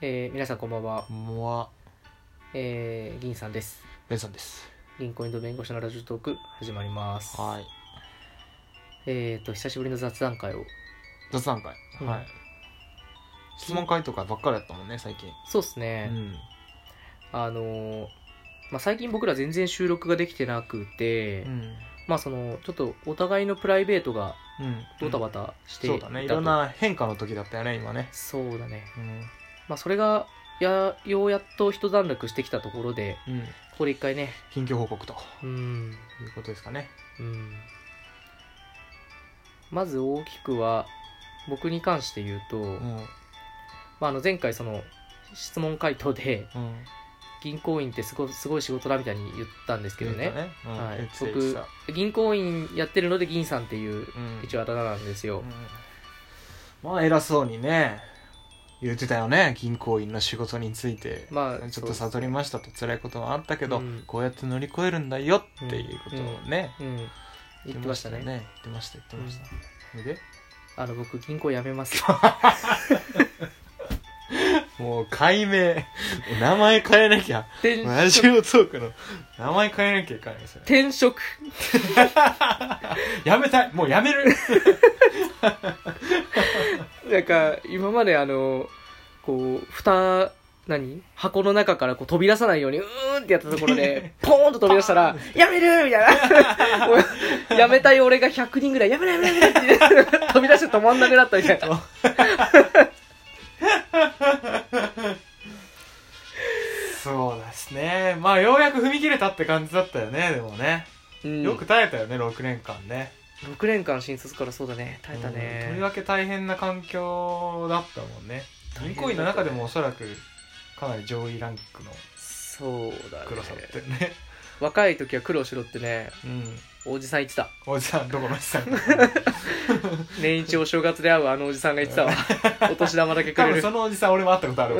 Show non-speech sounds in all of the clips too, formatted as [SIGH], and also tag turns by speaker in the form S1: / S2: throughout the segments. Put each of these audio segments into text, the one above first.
S1: えー皆さんこんばんは、
S2: モア
S1: えー、銀さんです
S2: ベンさんです
S1: 銀行員と弁護士のラジオトーク始まります
S2: はい
S1: えっ、と久しぶりの雑談会を
S2: 雑談会、
S1: うん
S2: はい質問会とかばっかりやったもんね最近、
S1: そうです
S2: う
S1: ね、
S2: ん、
S1: あのーまあ、最近僕ら全然収録ができてなくて、
S2: うん
S1: まあそのちょっとお互いのプライベートが
S2: うん
S1: ドタバタしてい
S2: そう
S1: た
S2: だ
S1: と、
S2: ねいろんな変化の時だったよね今ね
S1: そうだね
S2: うん
S1: まあそれがやようやっと一段落してきたところで
S2: うん
S1: ここで一回ね
S2: 近況報告と
S1: うん
S2: いうことですかね
S1: うんまず大きくは僕に関して言うと、
S2: うん
S1: まあ、あの前回その質問回答で
S2: うん
S1: 銀行員ってすごすごい仕事だみたいに言ったんですけどね
S2: 言うとうん
S1: はい
S2: 言ってた
S1: 僕
S2: 言ってた
S1: 銀行員やってるので銀さんっていう
S2: うん
S1: 一応あだ名なんですよ、
S2: うんまあ偉そうにね言ってたよね銀行員の仕事について、
S1: まあ
S2: ちょっと悟りましたと辛いことはあったけど、
S1: うん
S2: こうやって乗り越えるんだよっていうことをね、
S1: うん言ってましたね
S2: 言ってました言ってました、それで
S1: あの僕銀行辞めます [LAUGHS]
S2: もう解明名前変えなきゃ
S1: 転
S2: ラジ
S1: 職
S2: オトークの名前変えなきゃいけないですよね
S1: 転職
S2: やめたいもうやめる
S1: なんか今まであのこう蓋何箱の中からこう飛び出さないようにうーんってやったところ [LAUGHS] でポーンと飛び出したら「やめる!」みたいなも [LAUGHS] うやめたい俺が100人ぐらい「やめろやめろやめろ」って飛び出して止まんなくなったみたいな
S2: そうですねまあようやく踏み切れたって感じだったよねでもね、
S1: うん
S2: よく耐えたよね6年間ね
S1: 6年間新卒からそうだね耐えた
S2: うんと
S1: ね
S2: りわけ大変な環境だったもんね
S1: 大変だったね
S2: 銀行員の中でもおそらくかなり上位ランクの
S1: そうだね
S2: 黒さだったよね
S1: 若い時は苦労しろってね
S2: うん
S1: おじさん言ってた
S2: おじさんどこのおじさん
S1: 年一お正月で会うあのおじさんが言って
S2: [LAUGHS]
S1: たわお年玉だけく
S2: 多
S1: れ
S2: 分
S1: る
S2: そのおじさん俺も会ったことある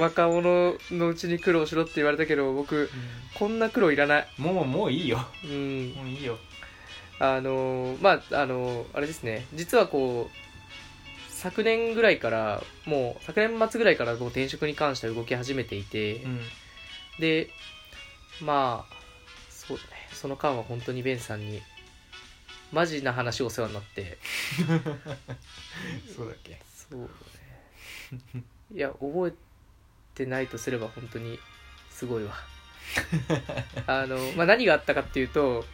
S1: 若者のうちに苦労しろって言われたけど僕こんな苦労いらない
S2: もうもういいよ
S1: うん
S2: もういいよ
S1: あのーまああのーあれですね実はこう昨年ぐらいからもう昨年末ぐらいからこう転職に関しては動き始めていて、
S2: うん
S1: でまあそうだねその間は本当にベンさんにマジな話お世話になって
S2: そうだっけ
S1: そうね [LAUGHS] いや覚えてないとすれば本当にすごい
S2: [LAUGHS]
S1: わあの、まあ、何があったかっていうと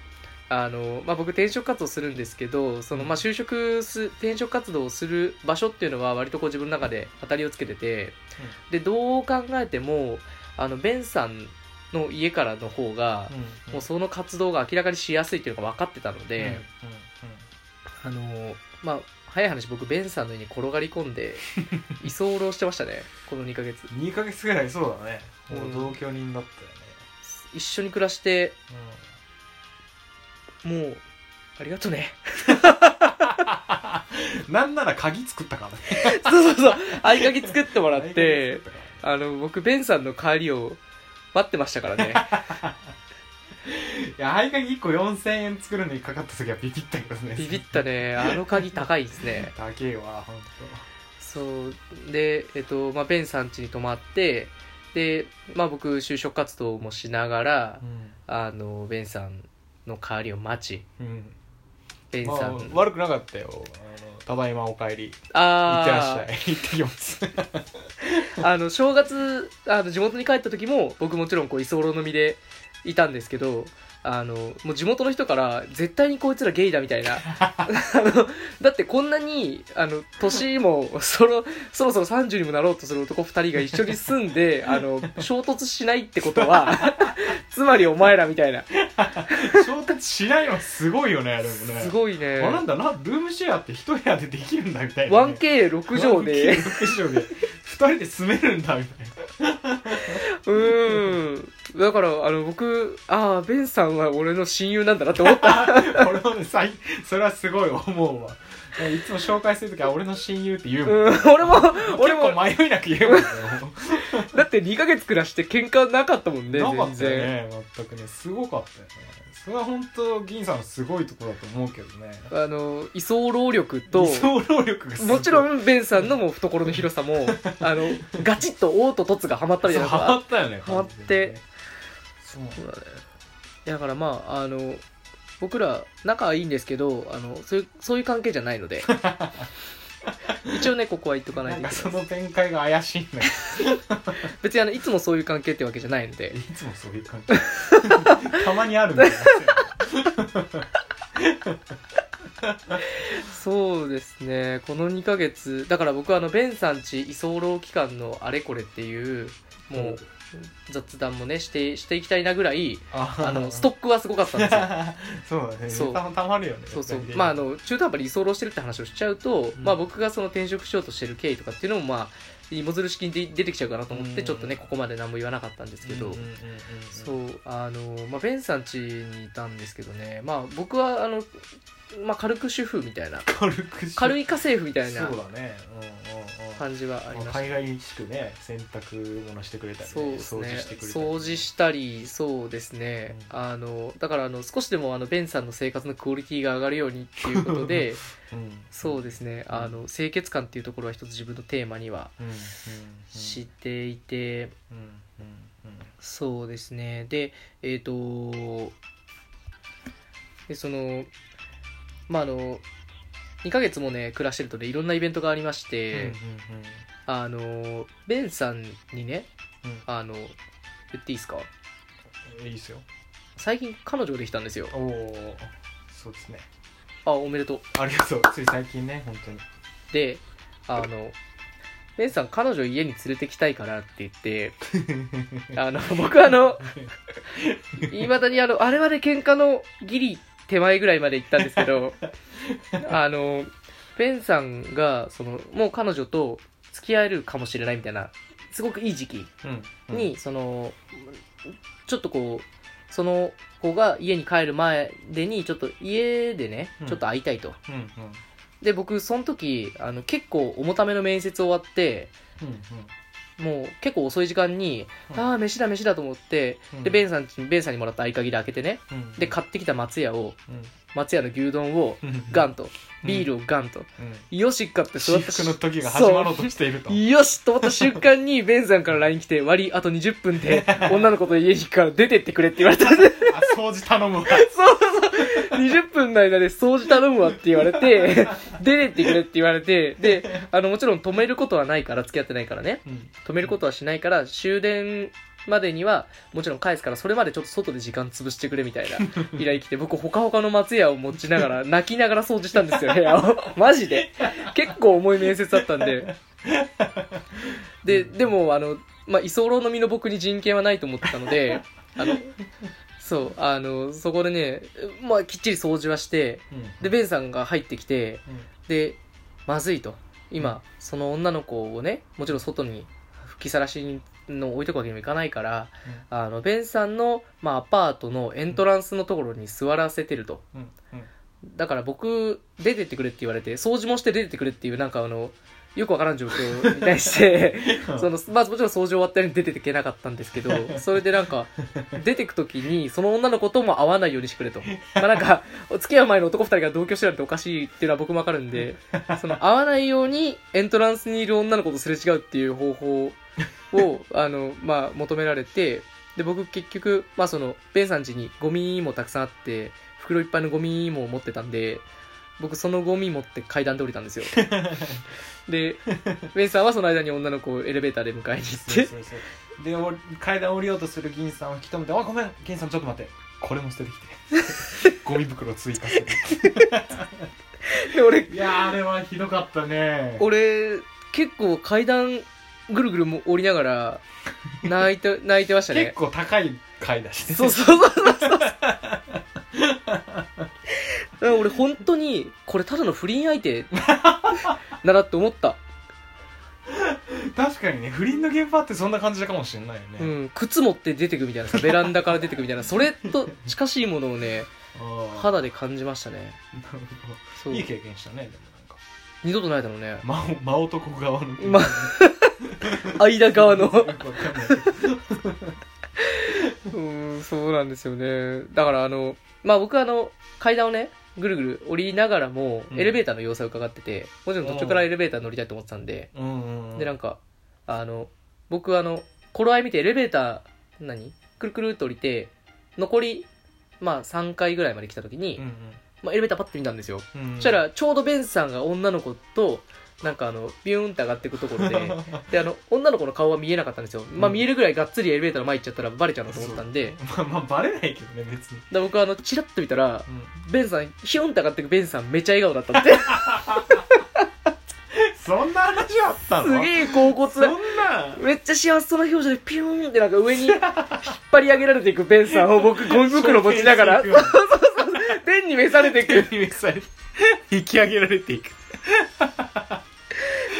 S1: あの、まあ、僕転職活動するんですけどその、まあ、就職す転職活動をする場所っていうのは割とこう自分の中で当たりをつけてて、でどう考えてもあのベンさんの家からの方が、
S2: うん
S1: もうその活動が明らかにしやすいっていうのが分かってたの
S2: うんうん
S1: で、あのーまあ早い話僕ベンさんの家に転がり込んで
S2: [LAUGHS]
S1: 居候してましたねこの2ヶ月
S2: うん2ヶ月ぐらいそうだねもう
S1: う
S2: 同
S1: ん
S2: 居人だったよね
S1: 一緒に暮らして
S2: うん
S1: もうありがと
S2: [LAUGHS]
S1: ね
S2: なんなら鍵作ったからね
S1: そうそうそう合鍵作ってもらっ
S2: 鍵
S1: て
S2: [LAUGHS] 作ったか
S1: あ
S2: らね
S1: の僕ベンさんの帰りを待ってましたからね
S2: [LAUGHS] いや合鍵1個4000円作るのにかかった時はビビったけどね
S1: ビビったねあの鍵高いですね
S2: 高えわ本
S1: そうでえっとまあベンさん家に泊まってでまあ僕就職活動もしながら
S2: 当。うん
S1: あのベンさんの帰りを待ち
S2: うん
S1: ベン
S2: ま
S1: さ
S2: あ
S1: ん、、
S2: 悪くなかったよあのただいまお帰りいって
S1: あー
S2: らっしゃい行って
S1: [LAUGHS]
S2: きます
S1: あの正月あの地元に帰った時も僕もちろんこう居候の身でいたんですけどあのもう地元の人から絶対にこいつらゲイだみたい
S2: [LAUGHS]
S1: なあのだってこんなにあの年もそろそろそろ30にもなろうとする男2人が一緒に住んであの衝突しないってこと
S2: [LAUGHS]
S1: はつまりお前らみたいな
S2: 衝突しないのはすごいよねでもね
S1: すごいね
S2: あなんだなルームシェアって一部屋でできるんだみたいな、ね、
S1: 1K6 畳で
S2: 6畳で2人で住めるんだみたいな
S1: うーんだからあの僕ああベンさんは俺の親友なんだなって思った
S2: 俺もね最それはすごい思うわいつも紹介するときは俺の親友って言うもん、
S1: うん、俺も、俺
S2: 俺も
S1: も、
S2: 結構迷いなく言うもんね
S1: だって2ヶ月暮らして喧嘩なかったもんね
S2: なか
S1: [LAUGHS] 全
S2: ったよ
S1: 然、
S2: ね全くねすごかったよねそれは本当銀さんのすごいところだと思うけどね
S1: あの移送労力と
S2: 理想労力がすごい
S1: もちろんベンさんのもう懐の広さ
S2: [LAUGHS]
S1: もあのガチッと「お」と「とつ」がはまったみたいなの
S2: そうハマ
S1: が
S2: ったよね
S1: ハマって
S2: 完全にねそう
S1: そうだねだからまああの僕ら仲はいいんですけどあのそういうそういう関係じゃない
S2: [LAUGHS]
S1: ので一応ねここは言っとかない
S2: な
S1: とい
S2: ん
S1: けな
S2: か
S1: い
S2: その展開が怪しいんだけ
S1: 別にあのいつもそういう関係ってわけじゃないので
S2: どいつもそういう感じ
S1: [LAUGHS]
S2: たまにあるんだよね
S1: そうですねこの2ヶ月だから僕はあのベンさんち居候期間のあれこれっていうもう雑談もねしてしていきたいなぐらい
S2: あ
S1: あ
S2: [LAUGHS]
S1: のストックはすごかったんですよ
S2: そうだね
S1: そう
S2: たたまるよ
S1: [LAUGHS]
S2: ね
S1: そうそう
S2: 絶対に
S1: まああの中途半端に居候してるって話をしちゃうと、
S2: うん
S1: まあ僕がその転職しようとしてる経緯とかっていうのもまあ芋づる式に出出てきちゃうかなと思って
S2: うん
S1: ちょっとねここまで何も言わなかったんですけど、
S2: うんうんうんうん
S1: そうあのまあベンさん家にいたんですけどねまあ僕はあの、まあ、軽く主婦みたいな
S2: 軽くし
S1: 軽
S2: い
S1: い家政婦みたいな
S2: そうだねうんうんうん
S1: 感じはありま
S2: まあ
S1: した
S2: 海外にしくね洗濯物してくれたりね
S1: そうですね
S2: 掃除してくれたり
S1: 掃除したりそうですね、
S2: う
S1: あのだからあの少しでもあのベンさんの生活のクオリティが上がるようにっていうこと
S2: [LAUGHS]
S1: で
S2: うん
S1: そうですねあの清潔感っていうところは一つ自分のテーマには
S2: うんうんうん
S1: していて、
S2: うんうんうん
S1: そうですねでえっ、とでそのまああの2ヶ月もね暮らしてるとねいろんなイベントがありまして、
S2: うんうんうん
S1: あのベンさんにね
S2: うん
S1: あの言っていいですか
S2: いいですよ
S1: 最近彼女ができたんですよ
S2: おおそうですね
S1: あおめでとう
S2: ありがとうつい最近ね本当に
S1: であのベンさん彼女を家に連れてきたいからって言ってあ
S2: [LAUGHS]
S1: の僕あのいまだにあのあれまで喧嘩のギリ手前ぐらいまで行ったんですけ
S2: [LAUGHS]
S1: どあのベンさんがそのもう彼女と付き合えるかもしれないみたいなすごくいい時期
S2: うん
S1: に、そのちょっとこうその子が家に帰る前でにちょっと家でね
S2: うん
S1: ちょっと会いたいと、
S2: うんうん
S1: で僕その時あの結構重ための面接終わって
S2: うん
S1: もう結構遅い時間に、
S2: うん
S1: ああ飯だ飯だと思って、
S2: うん
S1: でベンさんちベンさんにもらった合鍵で開けてね
S2: うん
S1: で買ってきた松屋を
S2: うん
S1: 松屋の牛丼を
S2: うん
S1: ガンとビールをガンと、
S2: うん
S1: よし買って
S2: 至
S1: 育った
S2: 福の時が始まろうとしていると
S1: そうよしと思った瞬間にベンさんから LINE 来て割りあと20分
S2: [LAUGHS]
S1: で女の子と家に行くから出てってくれって言われたんで
S2: あ掃除頼むわ
S1: そうそう20分の間で掃除頼むわって言われて出てってくれって言われてであのもちろん止めることはないから付き合ってないからね
S2: うん
S1: 止めることはしないから終電までにはもちろん返すからそれまでちょっと外で時間潰してくれみたいな依頼来て僕ほかほかの松屋を持ちながら [LAUGHS] 泣きながら掃除したんですよ部屋を [LAUGHS] マジで結構重い面接だったんでででもあの、まあ、居候の身の僕に人権はないと思ってたのであのそうあのそこでね、まあ、きっちり掃除はしてでベンさんが入ってきてでまずいと今その女の子をねもちろん外に吹きさらしの置いとくわけにもいかないから、あのベンさんの、まあ、アパートのエントランスのところに座らせてると
S2: うんうん
S1: だから僕出てってくれって言われて掃除もして出てってくれっていうなんかあのよくわからん状況に対してそのまあもちろん掃除終わったように出てっていけなかったんですけどそれでなんか出てく時にその女の子とも会わないようにしてくれと、まあ、なんか付き合う前の男2人が同居してるなんておかしいっていうのは僕もわかるんでその会わないようにエントランスにいる女の子とすれ違うっていう方法をあの、まあ、求められてで僕結局、まあ、そのベンさん家にゴミもたくさんあって袋いっぱいのゴミも持ってたんで僕そのゴミ持って階段で降りたんですよ
S2: [LAUGHS]
S1: でベンさんはその間に女の子をエレベーターで迎えに
S2: そう
S1: 行って
S2: そうそうでお階段降りようとする銀さんを引き止めて「あごめん銀さんちょっと待ってこれも捨ててきて」 [LAUGHS] ゴミ袋追加する
S1: で俺
S2: いやーあれはひどかったね
S1: 俺結構階段ぐるぐるも降りながら泣いて泣いてましたね
S2: 結構高い階だしね
S1: そうそうそうそうそうだから俺本当にこれただの不倫相手だなって思った、
S2: 確かにね不倫の現場ってそんな感じかもしれないよね、
S1: うん、靴持って出てくみたいなさベランダから出てくみたいなそれと近しいものをね
S2: あー [LAUGHS]
S1: 肌で感じましたね
S2: なるほ
S1: そ
S2: ど
S1: う
S2: いい経験したねでもなんか
S1: 二度とないだろうね
S2: 真真男側の
S1: ま [LAUGHS] 間側の
S2: よくわかんないけど
S1: うんそうなんですよねだからあのまあ僕はあの階段をねぐるぐる降りながらも
S2: うん
S1: エレベーターの様子を伺ってて、もちろん途中からエレベーター乗りたいと思ってたんで、
S2: うんうんうん
S1: でなんかあの僕はあの頃合い見てエレベーター何くるくるっと降りて残りまあ3階ぐらいまで来た時に、
S2: うん
S1: まあ、エレベーターパッて見たんですよ、
S2: うんうん
S1: そしたらちょうどベンさんが女の子となんかあのビューンって上がっていくところで
S2: [LAUGHS]
S1: であの女の子の顔は見えなかったんですよ、まあ
S2: うん
S1: 見えるぐらいがっつりエレベーターの前行っちゃったらバレちゃうなと思ったんで
S2: まあまあバレないけどね別に、
S1: で僕はあのチラッと見たら
S2: うん
S1: ベンさんヒュンって上がってくベンさんめちゃ笑顔だったって
S2: [LAUGHS] そんな話あったの
S1: すげえ高
S2: そんな
S1: 骨めっちゃ幸せそうな表情でピューンってなんか上に引っ張り上げられていくベンさんを僕ゴミ袋持ちなが
S2: [LAUGHS]
S1: ら
S2: ショーケース
S1: 天に召されてい
S2: 行
S1: く
S2: くようにされ引き上げられていく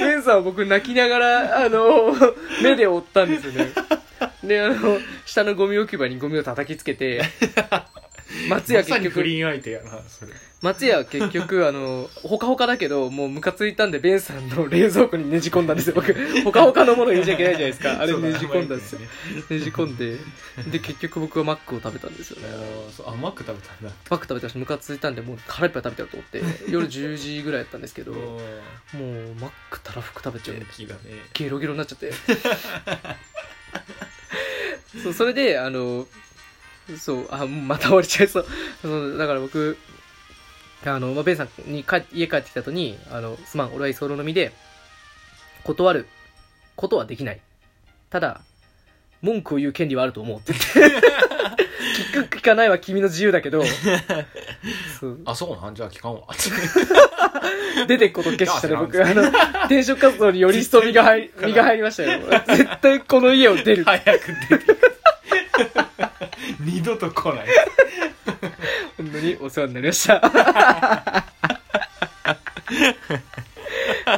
S1: ベンさんは僕泣きながらあ
S2: [LAUGHS]
S1: の目で追ったんですよねであの下のゴミ置き場にゴミを叩きつけ
S2: [LAUGHS]
S1: て松屋
S2: まさ
S1: 結
S2: に不
S1: 局
S2: 倫相手やなそれ
S1: 松屋は結局あのほかほかだけどもうムカついたんでベンさんの冷蔵庫にねじ込んだんですよ僕ほかほかのもの入れちゃいけないじゃないですかあれねじ込んだんですよ
S2: ね
S1: ねじ込んでで結局僕はマックを食べたんですよね
S2: 甘く食べたんだ
S1: マック食べたしムカついたんでもう腹いっぱい食べてやろうと思って夜10時ぐらいやったんですけど
S2: どう
S1: もうマックたらふく食べちゃう
S2: 気がね
S1: ゲロゲロになっちゃってそうそれであのそうあまた終わりちゃいそうそうだから僕あの、まあ、ベンさんに帰家帰ってきた後にあのすまん俺は居候の身で断ることはできないただ文句を言う権利はあると思うって言って聞く聞かないは君の自由だけどそう
S2: あそうなんじゃあ聞かんわ
S1: 出てくことを決したね、僕。あの、転職活動により一層身が入り、身が入りましたよ。絶対この家を出る。
S2: [LAUGHS] 早く出 [LAUGHS] て二度と来ない
S1: 本当にお世話になりました。